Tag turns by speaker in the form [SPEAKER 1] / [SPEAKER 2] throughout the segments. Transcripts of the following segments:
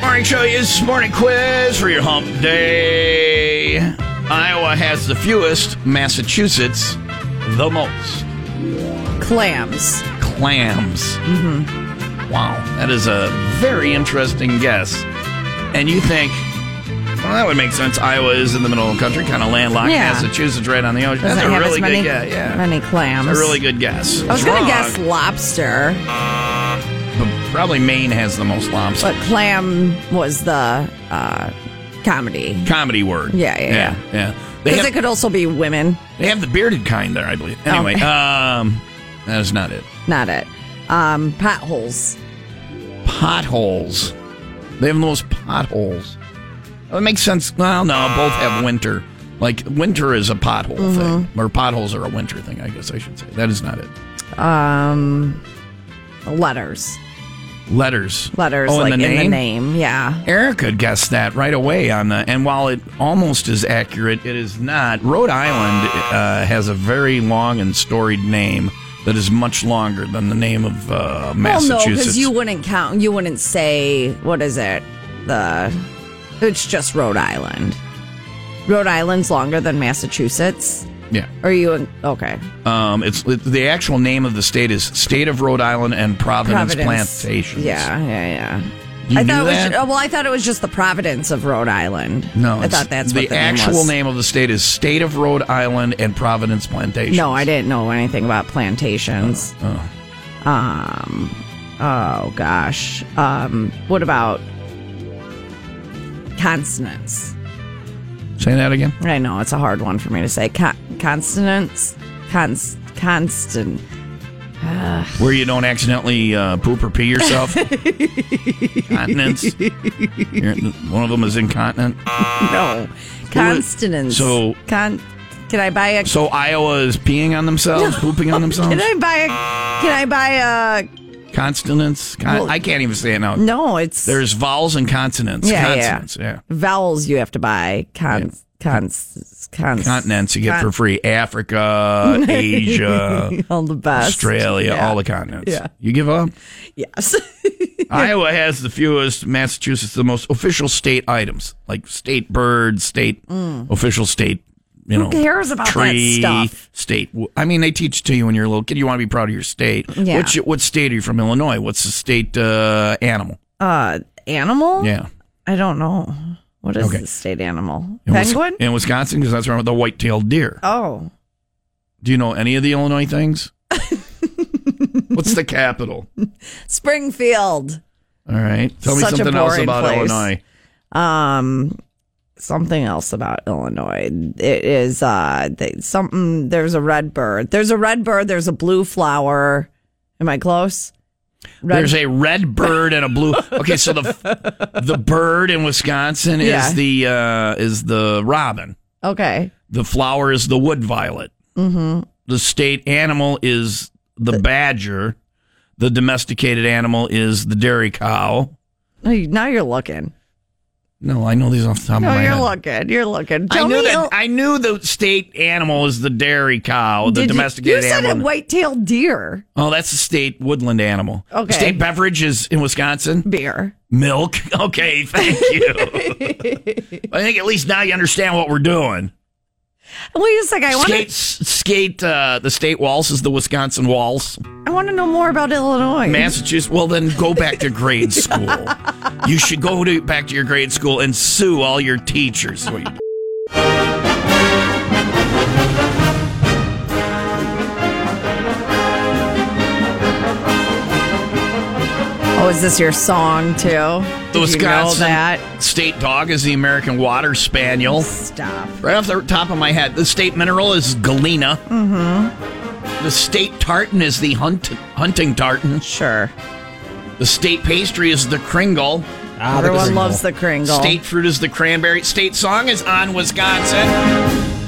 [SPEAKER 1] Morning Show is morning quiz for your hump day. Iowa has the fewest, Massachusetts the most
[SPEAKER 2] Clams.
[SPEAKER 1] clams. Mm-hmm. Wow, that is a very interesting guess. And you think, well, that would make sense. Iowa is in the middle of the country, kind of landlocked.
[SPEAKER 2] Yeah.
[SPEAKER 1] Massachusetts right on the ocean. That's
[SPEAKER 2] Doesn't
[SPEAKER 1] a
[SPEAKER 2] have
[SPEAKER 1] really
[SPEAKER 2] as many,
[SPEAKER 1] good guess. Yeah,
[SPEAKER 2] many clams.
[SPEAKER 1] That's a really good guess.
[SPEAKER 2] I was going to guess lobster,
[SPEAKER 1] Probably Maine has the most lobster.
[SPEAKER 2] but clam was the uh, comedy.
[SPEAKER 1] Comedy word.
[SPEAKER 2] Yeah, yeah,
[SPEAKER 1] yeah. yeah. They,
[SPEAKER 2] Because
[SPEAKER 1] have,
[SPEAKER 2] it could also be women.
[SPEAKER 1] they have the bearded kind there, I believe. Anyway,
[SPEAKER 2] Okay.
[SPEAKER 1] um, that is not it.
[SPEAKER 2] Not it. Um, potholes.
[SPEAKER 1] potholes. They have the most potholes. Well, It makes sense. Well, no, both have winter. Like winter is a pothole
[SPEAKER 2] Mm-hmm.
[SPEAKER 1] thing, or potholes are a winter thing. I guess I should say that is not it.
[SPEAKER 2] Um, letters.
[SPEAKER 1] Letters,
[SPEAKER 2] Letters
[SPEAKER 1] Oh,
[SPEAKER 2] like
[SPEAKER 1] in the name.
[SPEAKER 2] name. Yeah.
[SPEAKER 1] Erica guessed that right away on the. And while it almost is accurate, it is not. Rhode Island uh, has a very long and storied name that is much longer than the name of uh,
[SPEAKER 2] Well,
[SPEAKER 1] Massachusetts.
[SPEAKER 2] no, because you wouldn't count. You wouldn't say what is it? The it's just Rhode Island. Rhode Island's longer than Massachusetts.
[SPEAKER 1] yeah.
[SPEAKER 2] Are you in, okay?
[SPEAKER 1] Um, it's it, the actual name of the state is State of Rhode Island and Providence, Plantations.
[SPEAKER 2] Yeah, yeah, yeah.
[SPEAKER 1] You
[SPEAKER 2] I
[SPEAKER 1] knew
[SPEAKER 2] thought
[SPEAKER 1] that?
[SPEAKER 2] it was. ju- oh, well, I thought it was just the Providence of Rhode Island.
[SPEAKER 1] No,
[SPEAKER 2] I
[SPEAKER 1] it's-
[SPEAKER 2] thought that's
[SPEAKER 1] the,
[SPEAKER 2] what the
[SPEAKER 1] actual
[SPEAKER 2] name, was.
[SPEAKER 1] name of the state is State of Rhode Island and Providence Plantations.
[SPEAKER 2] No, I didn't know anything about plantations.
[SPEAKER 1] Oh.
[SPEAKER 2] Um, oh gosh. Um, what about consonants?
[SPEAKER 1] Say that again.
[SPEAKER 2] I know it's a hard one for me to say. Con- consonants, cons, constant.
[SPEAKER 1] Where you don't accidentally uh, poop or pee yourself. Continents. You're- one of them is incontinent.
[SPEAKER 2] No, consonants.
[SPEAKER 1] so-
[SPEAKER 2] Con- can I buy a?
[SPEAKER 1] So Iowa is peeing on themselves, pooping on themselves.
[SPEAKER 2] Can I buy a? Can I buy a?
[SPEAKER 1] Consonants. Con-
[SPEAKER 2] Well-
[SPEAKER 1] I can't even say it now.
[SPEAKER 2] No, it's
[SPEAKER 1] There's vowels and consonants.
[SPEAKER 2] Yeah, yeah.
[SPEAKER 1] consonants. yeah.
[SPEAKER 2] vowels you have to buy. Cons, cons, cons.
[SPEAKER 1] continents you get
[SPEAKER 2] Con-
[SPEAKER 1] for free Africa, Asia,
[SPEAKER 2] all the best.
[SPEAKER 1] Australia,
[SPEAKER 2] Yeah.
[SPEAKER 1] all the continents.
[SPEAKER 2] Yeah.
[SPEAKER 1] You give up?
[SPEAKER 2] Yes.
[SPEAKER 1] Iowa has the fewest, Massachusetts, the most official state items like state bird, state official state. You know,
[SPEAKER 2] Mm. cares about that
[SPEAKER 1] tree,
[SPEAKER 2] stuff?
[SPEAKER 1] State. I mean, they teach it to you when you're a little kid. You want to be proud of your state.
[SPEAKER 2] Yeah.
[SPEAKER 1] Which, what state are you from? Illinois. What's the state uh, animal?
[SPEAKER 2] uh, animal.
[SPEAKER 1] Yeah.
[SPEAKER 2] I don't know. What is
[SPEAKER 1] Okay.
[SPEAKER 2] the state animal?
[SPEAKER 1] In Wis-
[SPEAKER 2] Penguin.
[SPEAKER 1] in Wisconsin, because that's where the white-tailed deer.
[SPEAKER 2] Oh,
[SPEAKER 1] Do you know any of the Illinois things? What's the capital?
[SPEAKER 2] Springfield.
[SPEAKER 1] All right. Tell me
[SPEAKER 2] Such a
[SPEAKER 1] something else
[SPEAKER 2] boring
[SPEAKER 1] about
[SPEAKER 2] place.
[SPEAKER 1] Illinois.
[SPEAKER 2] um something else about illinois it is uh they, something there's a red bird there's a red bird there's a blue flower am i close Red-
[SPEAKER 1] There's a red bird and a blue. Okay, so the the bird in Wisconsin
[SPEAKER 2] Yeah.
[SPEAKER 1] is the uh, is the robin.
[SPEAKER 2] okay
[SPEAKER 1] The flower is the wood violet.
[SPEAKER 2] Mm-hmm.
[SPEAKER 1] The state animal is the badger. The domesticated animal is the dairy cow.
[SPEAKER 2] now you- now you're looking
[SPEAKER 1] No, I know these off the top of
[SPEAKER 2] no
[SPEAKER 1] my
[SPEAKER 2] you're
[SPEAKER 1] head.
[SPEAKER 2] looking you're looking
[SPEAKER 1] I
[SPEAKER 2] Tell
[SPEAKER 1] knew
[SPEAKER 2] me
[SPEAKER 1] that.
[SPEAKER 2] ill-
[SPEAKER 1] I knew the state animal is the dairy cow. The
[SPEAKER 2] Did you-
[SPEAKER 1] domesticated
[SPEAKER 2] you, said
[SPEAKER 1] animal.
[SPEAKER 2] a white-tailed deer
[SPEAKER 1] Oh, that's a state woodland animal.
[SPEAKER 2] Okay.
[SPEAKER 1] State beverage is in Wisconsin.
[SPEAKER 2] beer
[SPEAKER 1] Milk. Okay, thank you. I think at least now you understand what we're doing.
[SPEAKER 2] wait a second i want
[SPEAKER 1] skate,
[SPEAKER 2] to
[SPEAKER 1] s- skate. Uh, the state waltz is the Wisconsin waltz.
[SPEAKER 2] i want to know more about illinois
[SPEAKER 1] Massachusetts. Well, then go back to grade school. you should go to, back to your grade school and sue all your teachers. What you-
[SPEAKER 2] oh is this your song too Did
[SPEAKER 1] The
[SPEAKER 2] you know
[SPEAKER 1] Wisconsin
[SPEAKER 2] that
[SPEAKER 1] state dog is the American water spaniel.
[SPEAKER 2] stop
[SPEAKER 1] Right off the top of my head, the state mineral is galena. Mm-hmm.
[SPEAKER 2] Mm-hmm.
[SPEAKER 1] The state tartan is the hunt, hunting tartan.
[SPEAKER 2] sure
[SPEAKER 1] The state pastry is the kringle.
[SPEAKER 2] everyone loves Ah, the kringle
[SPEAKER 1] State fruit is the cranberry. State song is on Wisconsin.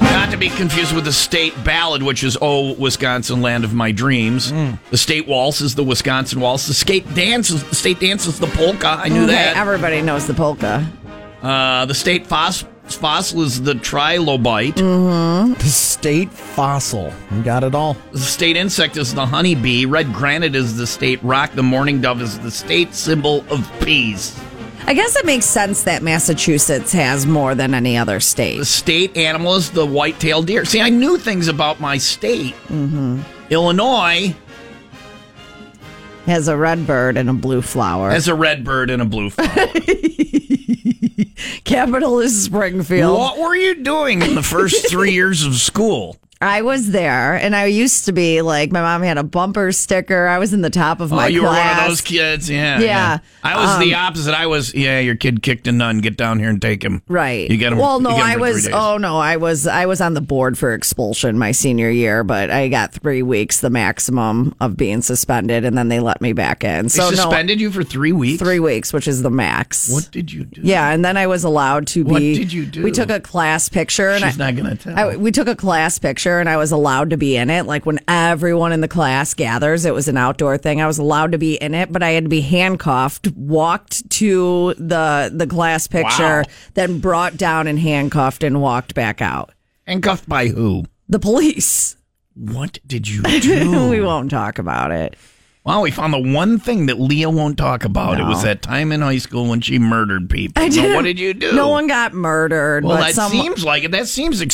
[SPEAKER 1] Not to be confused with the state ballad, which is "Oh Wisconsin, Land of My Dreams."
[SPEAKER 2] Hmm.
[SPEAKER 1] The state waltz is the Wisconsin waltz. The state dance is the state dance is the polka. I knew
[SPEAKER 2] Okay,
[SPEAKER 1] that.
[SPEAKER 2] Everybody knows the polka.
[SPEAKER 1] Uh, the state fos- fossil is the trilobite.
[SPEAKER 2] Hmm.
[SPEAKER 3] The state fossil. You got it all.
[SPEAKER 1] The state insect is the honeybee. Red granite is the state rock. The mourning dove is the state symbol of peace.
[SPEAKER 2] I guess it makes sense that Massachusetts has more than any other
[SPEAKER 1] The
[SPEAKER 2] state.
[SPEAKER 1] state animal is the white-tailed deer. See, I knew things about my state.
[SPEAKER 2] Mm-hmm.
[SPEAKER 1] Illinois
[SPEAKER 2] Has a red bird and a blue flower.
[SPEAKER 1] has a red bird and a blue flower.
[SPEAKER 2] Capital is Springfield.
[SPEAKER 1] what were you doing in the first three years of school?
[SPEAKER 2] I was there, and I used to be like my mom had a bumper sticker. I was in the top of my
[SPEAKER 1] oh, you
[SPEAKER 2] class.
[SPEAKER 1] were one of those kids, yeah.
[SPEAKER 2] Yeah. Um,
[SPEAKER 1] I was the opposite. I was, yeah, your kid kicked a nun. Get down here and take him.
[SPEAKER 2] Right.
[SPEAKER 1] You get him.
[SPEAKER 2] Well,
[SPEAKER 1] you
[SPEAKER 2] no,
[SPEAKER 1] get him
[SPEAKER 2] I
[SPEAKER 1] for three
[SPEAKER 2] was.
[SPEAKER 1] days.
[SPEAKER 2] Oh no, I was. I was on the board for expulsion my senior year, but I got three weeks, the maximum of being suspended, and then they let me back in.
[SPEAKER 1] They
[SPEAKER 2] So no,
[SPEAKER 1] suspended you for three weeks.
[SPEAKER 2] three weeks, which is the max.
[SPEAKER 1] What did you do?
[SPEAKER 2] Yeah, and then I was allowed to be.
[SPEAKER 1] What did you do?
[SPEAKER 2] We took a class picture, and
[SPEAKER 1] She's
[SPEAKER 2] I,
[SPEAKER 1] not gonna tell.
[SPEAKER 2] I, we took a class picture, and I was allowed to be in it. Like when everyone in the class gathers, it was an outdoor thing. I was allowed to be in it, but I had to be handcuffed, walked to the the class picture,
[SPEAKER 1] Wow.
[SPEAKER 2] then brought down and handcuffed, and walked back out.
[SPEAKER 1] Handcuffed by who?
[SPEAKER 2] The police.
[SPEAKER 1] What did you
[SPEAKER 2] we
[SPEAKER 1] do?
[SPEAKER 2] won't talk about it.
[SPEAKER 1] wow, we found the one thing that Leah won't talk about. It was that time in high school when she murdered people.
[SPEAKER 2] I
[SPEAKER 1] Now,
[SPEAKER 2] didn't-
[SPEAKER 1] what did you do?
[SPEAKER 2] No one got murdered,
[SPEAKER 1] Well,
[SPEAKER 2] but
[SPEAKER 1] that
[SPEAKER 2] some.
[SPEAKER 1] seems like it. That seems
[SPEAKER 3] Really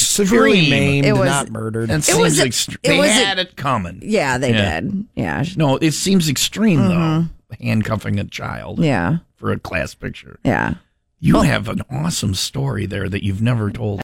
[SPEAKER 1] extreme.
[SPEAKER 3] maimed,
[SPEAKER 2] It was-
[SPEAKER 3] not murdered.
[SPEAKER 1] That seems
[SPEAKER 2] was a-
[SPEAKER 1] extre-
[SPEAKER 2] it
[SPEAKER 1] They
[SPEAKER 2] was a-
[SPEAKER 1] had it coming.
[SPEAKER 2] yeah, they
[SPEAKER 1] Yeah.
[SPEAKER 2] did. Yeah,
[SPEAKER 1] No, it seems extreme though. Handcuffing a child
[SPEAKER 2] Mm-hmm. yeah, Oh.
[SPEAKER 1] for a class picture.
[SPEAKER 2] yeah.
[SPEAKER 1] You have an awesome story there that you've never told.